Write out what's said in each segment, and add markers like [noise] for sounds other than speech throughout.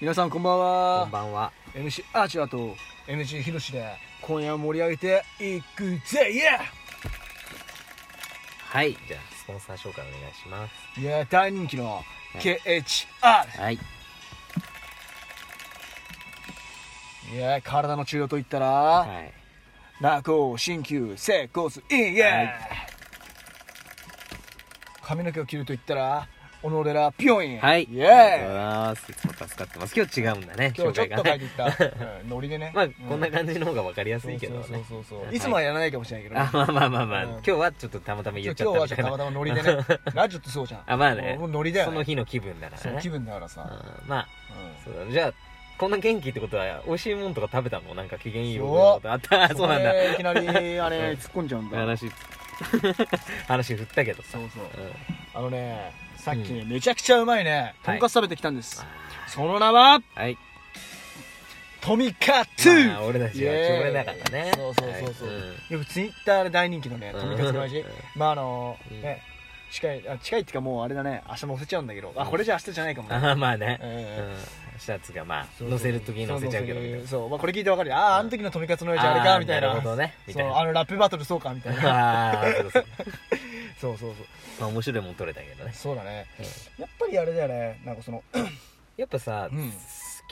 皆さんこんばんはこんばんは。 MC アーチャーと MC ヒロシで今夜を盛り上げていくぜイエはい。じゃあ、スポンサー紹介お願いします。ーイエー大人気の KHR、はい。いやー体の治療といったら、はい。ナコ鍼灸整骨院イエーイ、はい髪の毛を切るといったらオノレラピョンインはい。イエありがとうございーイます。いつも助かってます。今日違うんだね。今日ちょっと書いねていった、 [laughs] うんノリでねまあ、うんこんな感じの方が分かりやすいけどそうね。そうそうそう、はいい、つもはやらないかもしれないけどね、あ、まあまあまあまあ、うん今日はちょっとたまたま言今っ日ちゃったはみじたゃあいたまな。たまノリでねラジオってそうじゃん [laughs] あ、まあね。もうノリだよ、そね、の日の気分だかそらのね気。分だからさ、うんまあ、そうだね。じゃあ、こんな元気ってことは、美味しいもんとか食べたのなんか機嫌いいもんとかあった。うんそうなんだこ。 [laughs] れいきなりあれうん突っ込んじゃうんだ話、 [laughs] 話振ったけどさ。そうそううんあのねさっきね、めちゃくちゃうまいねとんかつ食べてきたんです、あその名はーはい。トミカ2、まあ俺たちは決めなかったね。そうそうそうそう、はいんよくツイッターで大人気のねうんとみかつの味、うんまああのうんね近いあ近いっていうかもうあれだね明日載せちゃうんだけどあこれじゃ明日じゃないかも、ああまあね、ええうん、シャツがまあそうそう載せる時に載せちゃうけどみたいそうなそう、まあ、これ聞いてわかるよあああの時のとみかつの味あれかーみたいななるほどねみたいそうなあのラップバトルそうかみたいなああそうそそううそうそうまあ面白いもん撮れたけどねそうだね、うんやっぱりあれだよねなんかそのやっぱさ、うん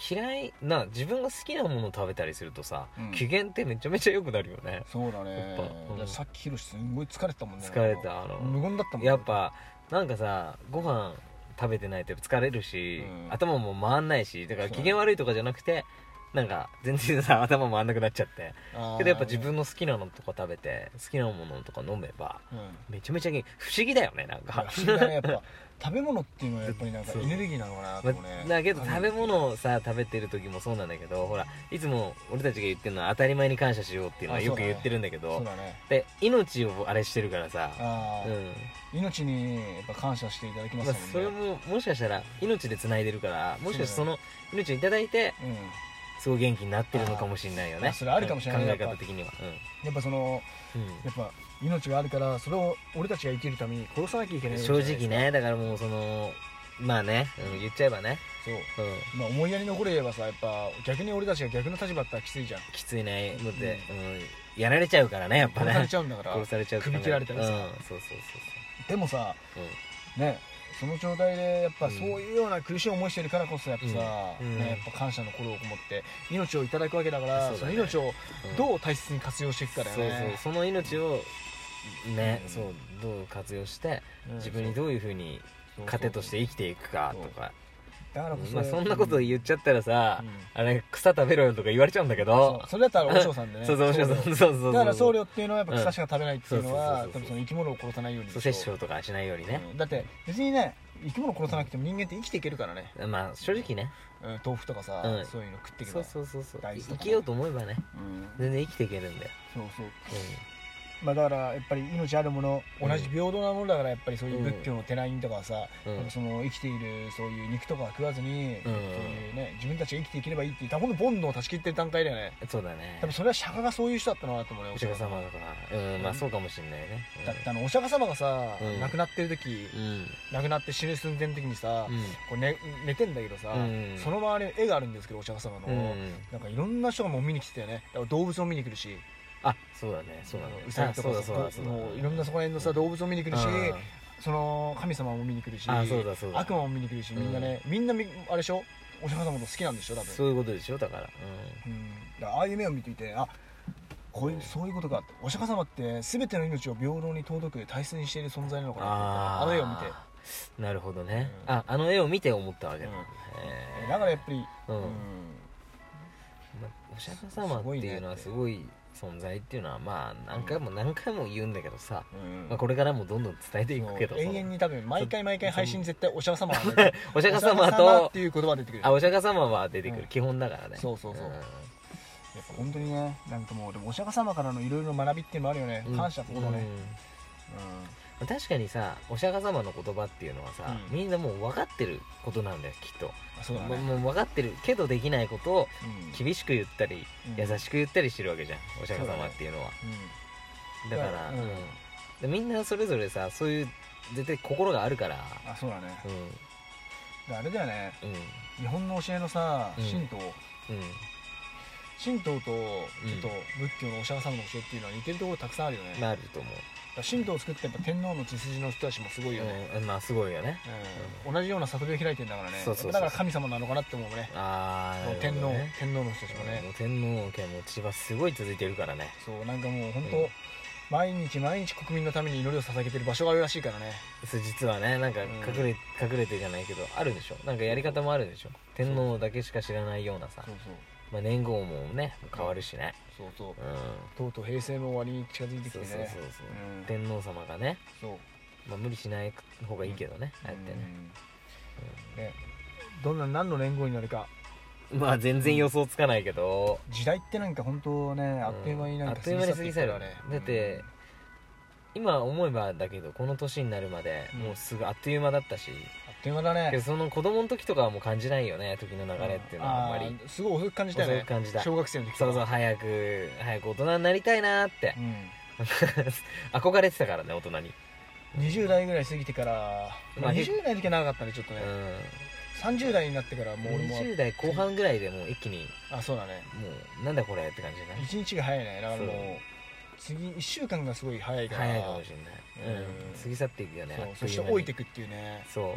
嫌いな自分が好きなもの食べたりするとさ、うん機嫌ってめちゃめちゃ良くなるよねそうだねやっぱうんいやさっきヒロシすんごい疲れてたもんね疲れたあ無の言だったもんやっぱなんかさご飯食べてないと疲れるし、うん頭も回んないしだからそう機嫌悪いとかじゃなくてなんか全然さ頭回んなくなっちゃってあーけどやっぱ自分の好きなのとか食べて好きなものとか飲めばうんめちゃめちゃ元気不思議だよねなんか不思議だねやっぱ食べ物っていうのはやっぱりなんかそうエネルギーなのかなとま思うね、だけど食べ物をさ食べてる時もそうなんだけどほらいつも俺たちが言ってるのは当たり前に感謝しようっていうのはあそようくだね言ってるんだけそどうだねで命をあれしてるからさあうー、ん命にやっぱ感謝していただきままあすそもんれね、ももしかしたら命でつないでるからもしかしてそそうだの命をいただいてうん、すごい元気になってるのかもしれないよあーまねあそれあるかもしれない考やっえぱ方的にはやっぱそのうんうんやっぱ命があるからそれを俺たちが生きるために殺さなきゃいけないわけじゃ正ない直ねだからもうそのまあねうん言っちゃえばねそううんまあ思いやりのれればさやっぱ逆に俺たちが逆の立場だったらきついじゃんきついねだって、うん、やられちゃうからねやっぱ殺されねちゃうんだから殺されちゃうから首切られたりさうん、そうそうそうでもさそうねその状態でやっうぱんそういうような苦しい思いしてるからこそやっぱさ、うんね、やっぱ感謝の心をこもって命をいただくわけだからそそうだのね命をうん、うんどう大切に活用していくかだよそうそうねその命をね、うんそうどう活用してうん自分にどういうふうにそう糧として生きていくかそうとかだからこそ、まあ、そんなことう言っちゃったらさ、んあれ草食べろよとか言われちゃうんだけどそうそれだったら和尚さんでねそうそうそうそうそうそうそうだから僧侶っていうのはやっぱ草しか食べないっていうのうはん多分その生き物を殺さないようにそう摂取とかしないようにね、うんだって別にね生き物殺さなくても人間って生きていけるからね、まあ正直ねうん、豆腐とかさ、うんそういうの食っていけそばうそうそうそう大事だか生らきようと思えばねうん全然生きていけるんだよ、そうそううんまあ、だからやっぱり命あるものうん同じ平等なものだからやっぱりそういう仏教の寺院とかはさ、うんやっぱその生きているそういう肉とかは食わずに、うんそういうね自分たちが生きていければいいっていう多分煩悩を断ち切ってる段階だよねそうだね多分それは釈迦がそういう人だったのかなと思うねお釈迦様だからうんまあそうかもしれないねだってあのお釈迦様がさ、うん亡くなってる時うん亡くなって死ぬ寸前の時にさ、うんこう寝寝てんだけどさ、うんその周りに絵があるんですけどお釈迦様の、うんなんかいろんな人がもう見に来てたよねだから動物も見に来るしあそうだねそうなんだウサギとかあさそうだそうだもういろんなそこら辺のさ動物も見に来るし、その神様も見に来るしあそうだそうだ悪魔も見に来るしみんなね、みんなみあれでしょお釈迦様のこと好きなんでしょ多分そういうことでしょだからうん、だからああいう目を見ていてあこういうそういうことかってお釈迦様って全ての命を平等に尊く大切にしている存在なのかなああの絵を見ててなるほどねうんああの絵を見て思ったわけだうんへーだからやっぱり、ううんんまあお釈迦様っていうのはすすごい存在っていうのはまあ何回も何回も言うんだけどさうんまあこれからもどんどん伝えていくけど永遠にに多分毎回毎回配信絶対お釈迦様はね [laughs] お釈迦お様釈様とっていう言葉出てくるあお釈迦様は出てくうるん基本だからねそうそうそうんやっぱ本当にねなんかもうでもお釈迦様からのいろいろ学びっていうのもあるよね、うん感謝のことね、うん確かにさお釈迦様の言葉っていうのはさ、うんみんなもう分かってることなんだよきっと、あそうだもうね、もう分かってるけどできないことをうん厳しく言ったり、うん優しく言ったりしてるわけじゃんお釈迦様っていうのはうだ,、だねから、うんうんでみんなそれぞれさそういう絶対心があるから、んあそうだねうんであれだよねうん日本の教えのさうん神道、うん神道とちょっと仏教のお釈迦様の教えっていうのは似てるところたくさんあるよね、まああると思だから神道を作ってやっぱ天皇の血筋の人たちもすごういよね、うんまあすごいよねうん同じような悟りを開いてんだからねそうそうそうだから神様なのかなって思うねああ、なるほど天皇ね天皇の人たちもね、もう天皇家も千葉すごい続いてるからねそうなんかもう本当、うん毎日毎日国民のために祈りを捧げてる場所があるらしいからねそう実はねなんかうん隠れ,、隠れてじゃないけどあるんでしょなんかやり方もあるんでしょ天皇だけしか知らないようなさそうそうまあ、年号もね変わるしねそうそううんとうとう平成の終わりに近づいてきてそうそうねそうそう、うん天皇様がね、そうまあ、無理しない方がいいけどね、ああやってね、うんねどんな何の連合になるかまあ全然予想つかないけど、時代ってなんか本当ねあっという間になんあかっという間に過ぎ去るよだって今思えばだけどこの年になるまでうんもうすぐあっという間だったし、あっという間だねけどその子供の時とかはもう感じないよね時の流れっていうのはあんまりーすごい遅く感じたよ遅ねく感じた小学生の時そうそうう早く早く大人になりたいなーってう、ん [laughs] 憧れてたからね大人に20代ぐらい過ぎてから、ままあ、あ20代の時は長かったねちょっとうね、ん30代になってからもう俺も20代後半ぐらいでもう一気にあそうだねもうなんだこれって感じじゃない1日が早いねだからもうそう次1週間がすごい早いから早いかもしれない、うんうん過ぎ去っていくよねそうあっとそいうし間てに老いてくっていうねそう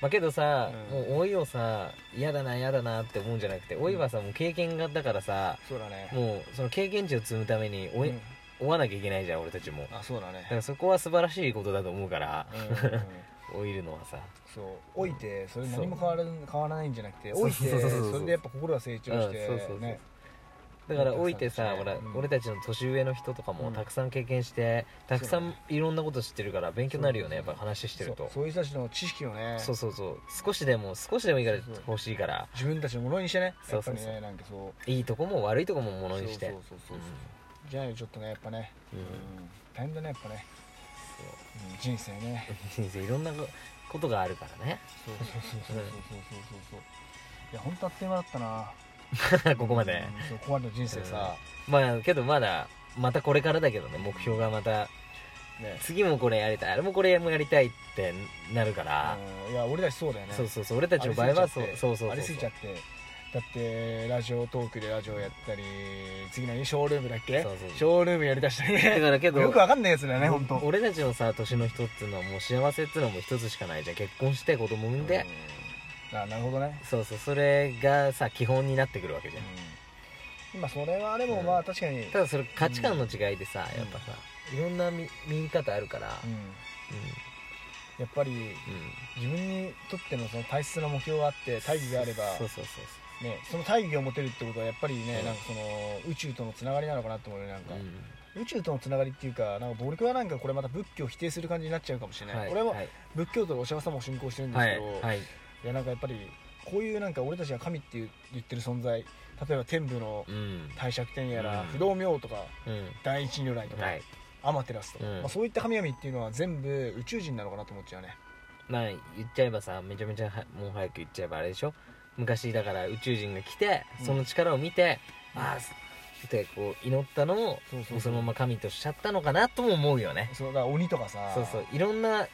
まあけどさ、うんもう老いをさ嫌だな嫌だなって思うんじゃなくて老いはさもう経験がだからさそうだねもうその経験値を積むために老い、うん追わなきゃいけないじゃん俺たちもあそうだだかねらそこは素晴らしいことだと思うから、うんうん老いるのはさそう老いてそれ何も変わら変わらないんじゃなくてそ老ういてそうそうそうそうそれでやっぱ心が成長して、ねうんそうそうそうだから老いてさ、うんほらうん俺たちの年上の人とかうもんたくさん経験して、たくさそうだんいろんなこと知ってるから勉強になるよそねやうっそうぱ話してるそうとそういう人たちの知識をねそうそうそう少しでも少しでもいいからそうそう欲しいから自分たちのものにしてねやそっうぱそうりそうねなんかそういいとこも悪いとこもものにしてそうそうそうそうじゃあちょっとねやっぱね、うんうん大変だねやっぱね、そうん人生ねう人生いろんなことがあるからねそうそうそうそうそうそうそうそういや本当あっという間だったなここまでうんそうここまでの人生さ、まあけどまだまたこれからだけどね目標がまたね次もこれやりたいあれもこれもやりたいってなるから、うんいや俺たちそうだよねそうそうそう俺たちの場合はそうそうそうそうありすぎちゃってだってラジオトークでラジオやったり次何ショールームだっけそうそうショールームやりだしたりだねからけどよくわかんないやつだよね本当俺たちのさ年の人っていうのはもう幸せっていうのはもう一つしかないじゃん結婚して子供産んで、あなるほどね、そうそうそれがさ基本になってくるわけじゃん、うん、まあそれはでもまあ確かに、ただそれ価値観の違いでさ、やっぱさいろんな見見方あるからうんやっぱりうん、うん自分にとってのその大切な目標があって大義があればそうそうそうね、その大義を持てるってことはやっぱりね、うんなんかその宇宙とのつながりなのかなと思うよなんかそう、、宇宙とのつながりっていうかなんか僕はなんかこれまた仏教を否定する感じになっちゃうかもしれない、はい俺もはい仏教徒のお釈迦様を信仰してるんですはけいど、いはいやなんかやっぱりこういうなんか俺たちが神っていう言ってる存在例えば天部のうん帝釈天やら、うん不動明王とかうん第一如来とか、はいアマテラスとか、うんまあ、そういった神々っていうのは全部宇宙人なのかなと思っちゃうねまあ言っちゃえばさめちゃめちゃはもう早く言っちゃえばあれでしょ昔だから宇宙人が来てうんその力を見て、ああすってこう祈ったのをそうそそうそうのまま神としちゃったのかなとも思うよねそうだから鬼とかさそうそういろんな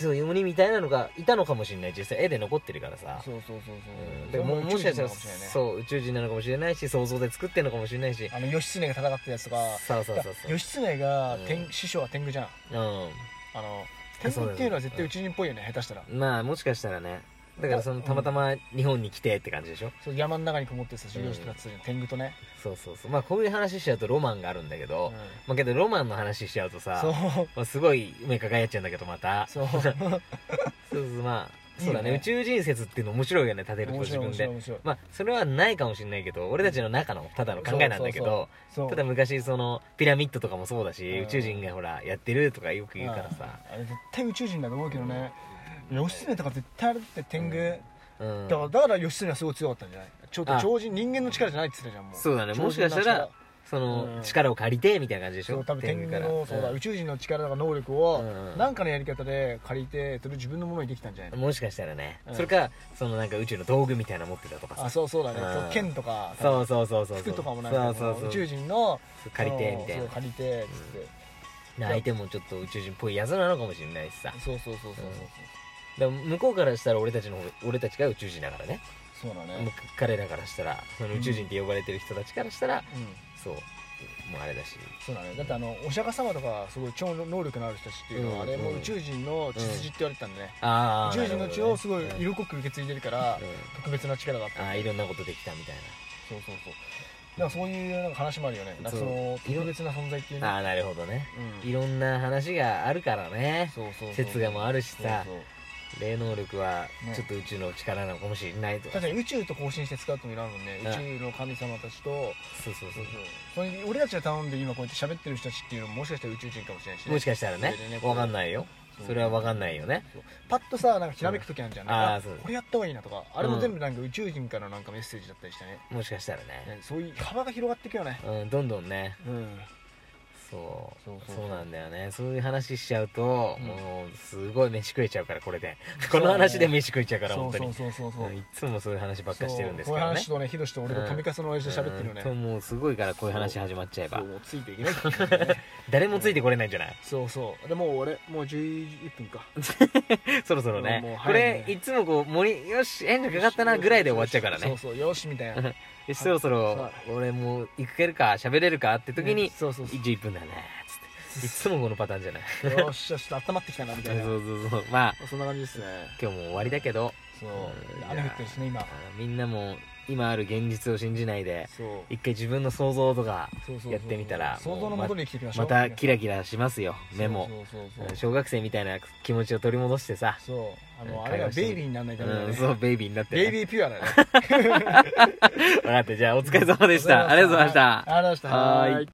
そう鬼みたいなのがいたのかもしれない実際絵で残ってるからさそうそうそうそううんそでれももしかしたら宇宙人なのもしれないねそう宇宙人なのかもしれないし想像で作ってるのかもしれないしあの義経が戦ったやつとかそうそうそうだかそらう義経が天、うん師匠は天狗じゃんあの天そうだ狗ねっていうのは絶対宇宙人っぽいよね、下手したらうんまあもしかしたらねだからそのたまたま日本に来てって感じでしょそう山の中にこもってさ修行してたっつうの天狗とね、そうそうそうまあこういう話しちゃうとロマンがあるんだけど、まあけどロマンの話しちゃうとさそう [laughs] まあ、すごい目輝っちゃうんだけどまたそうそうそうまあそうだねいいよね宇宙人説っていうの面白いよね立てると面自白い分面白いで面白いまあそれはないかもしれないけど俺たちの中のただの考えなんだけそうそうどそうただ昔そのピラミッドとかもそうだしうん宇宙人がほらやってるとかよく言うからさああれ絶対宇宙人だと思うけどね、義経とか絶対あれって天狗、うんだからだから義経はすごい強かったんじゃないちょっとあ超人人間の力じゃないって言ってたじゃんもうそうだねもしかし超た人のら力そうんの力を借りてみたいな感じでしそょう多分天狗のそうだ、うん宇宙人の力とか能力をうんうん何かのやり方で借りてそれを自分のものにできたんじゃないの、もしかしたらねうんそれかそのなんか宇宙の道具みたいなの持ってたとかあさそうそうだね、うんそう剣とかそうそうそうそうそう服とかもなんそかうそこうそうの宇宙人の借りてそのみたいそうな借りてっつって、な相手もちょっと宇宙人っぽいやつなのかもしれないしさそうそうそうそうそうそう、でも向こうからしたら俺たちの方俺たちが宇宙人だからねそうだむね彼らからしたらその宇宙人って呼ばれてる人たちからしたら、うんそうもうあれだしそうだねだってあのお釈迦様とかすごい超能力のある人たちっていうのは、うんあれもううん宇宙人の血筋って言われてたんでね、ああ宇宙人の血をすごいうん色濃く受け継いでるから、うん特別な力だったああんいでろんなことできたみたいそうそうそうなんかそういうなんか話もあるよねなんかそのそう特別な存在っていうねなああなるほどねうんいろんな話があるからねそうそうそう説がもあるしさそうそう霊能力はねちょっと宇宙の力なのかもしれないとか確かに宇宙と交信して使うってもいらんもんねうん宇宙の神様たちとそうそうそうそれに俺たちが頼んで今こうやって喋ってる人たちっていうのももしかしたら宇宙人かもしれないしねもしかしたらねそれでねこうわかんないよそうそれはわかんないよねパッとさなんかひらめく時あるじゃんうんあーなんかそうこれやった方がいいなとかあれも全部なんか宇宙人からのなんかメッセージだったりしてねもしかしたらねねそういう幅が広がっていくよねうんどんどんねうんそうそうそうそうなんだよねそういう話しちゃうとうんもうすごい飯食えちゃうからこれでそこうの話で飯食えちゃうからそ本う当そにうそうそうそううんいつもそういう話ばっかしてるんですそうけこういうどね話とねヒロシと俺が富笠の親父と喋ってるよねうんともうすごいからこういう話始まっちゃえそばうもうついていけないっていうね誰もついてこれないんじゃないそうそうでもう俺もう11分か [laughs] そろそろねもうもうこ早いれねいつもこう森よしエンドかかったなぐらいで終わっちゃうからそうねそうよしみたいなよしそろそろ俺もう行けるか喋れるかって時うんにそうそうそう11分だねつっていつもこのパターンじゃないよっしゃちょっと温まってきたなみそたういなそうそうまあそんな感じですね今日も終わりだけどそううん雨降ってるしね今あーみんなも今ある現実を信じないでそう一回自分の想像とかそうそうそうやってみたら想像のもとに生きていきましょまうたキラキラしますよ目もそうそうそううんそう小学生みたいな気持ちを取り戻してさそうあうんのあれが会話してベイビーにならないためだうねんそうベイビーになってねベイビーピュア [laughs] だね分かったじゃあお疲れ様でしたありがとうございましたありがとうございましたはーいはーい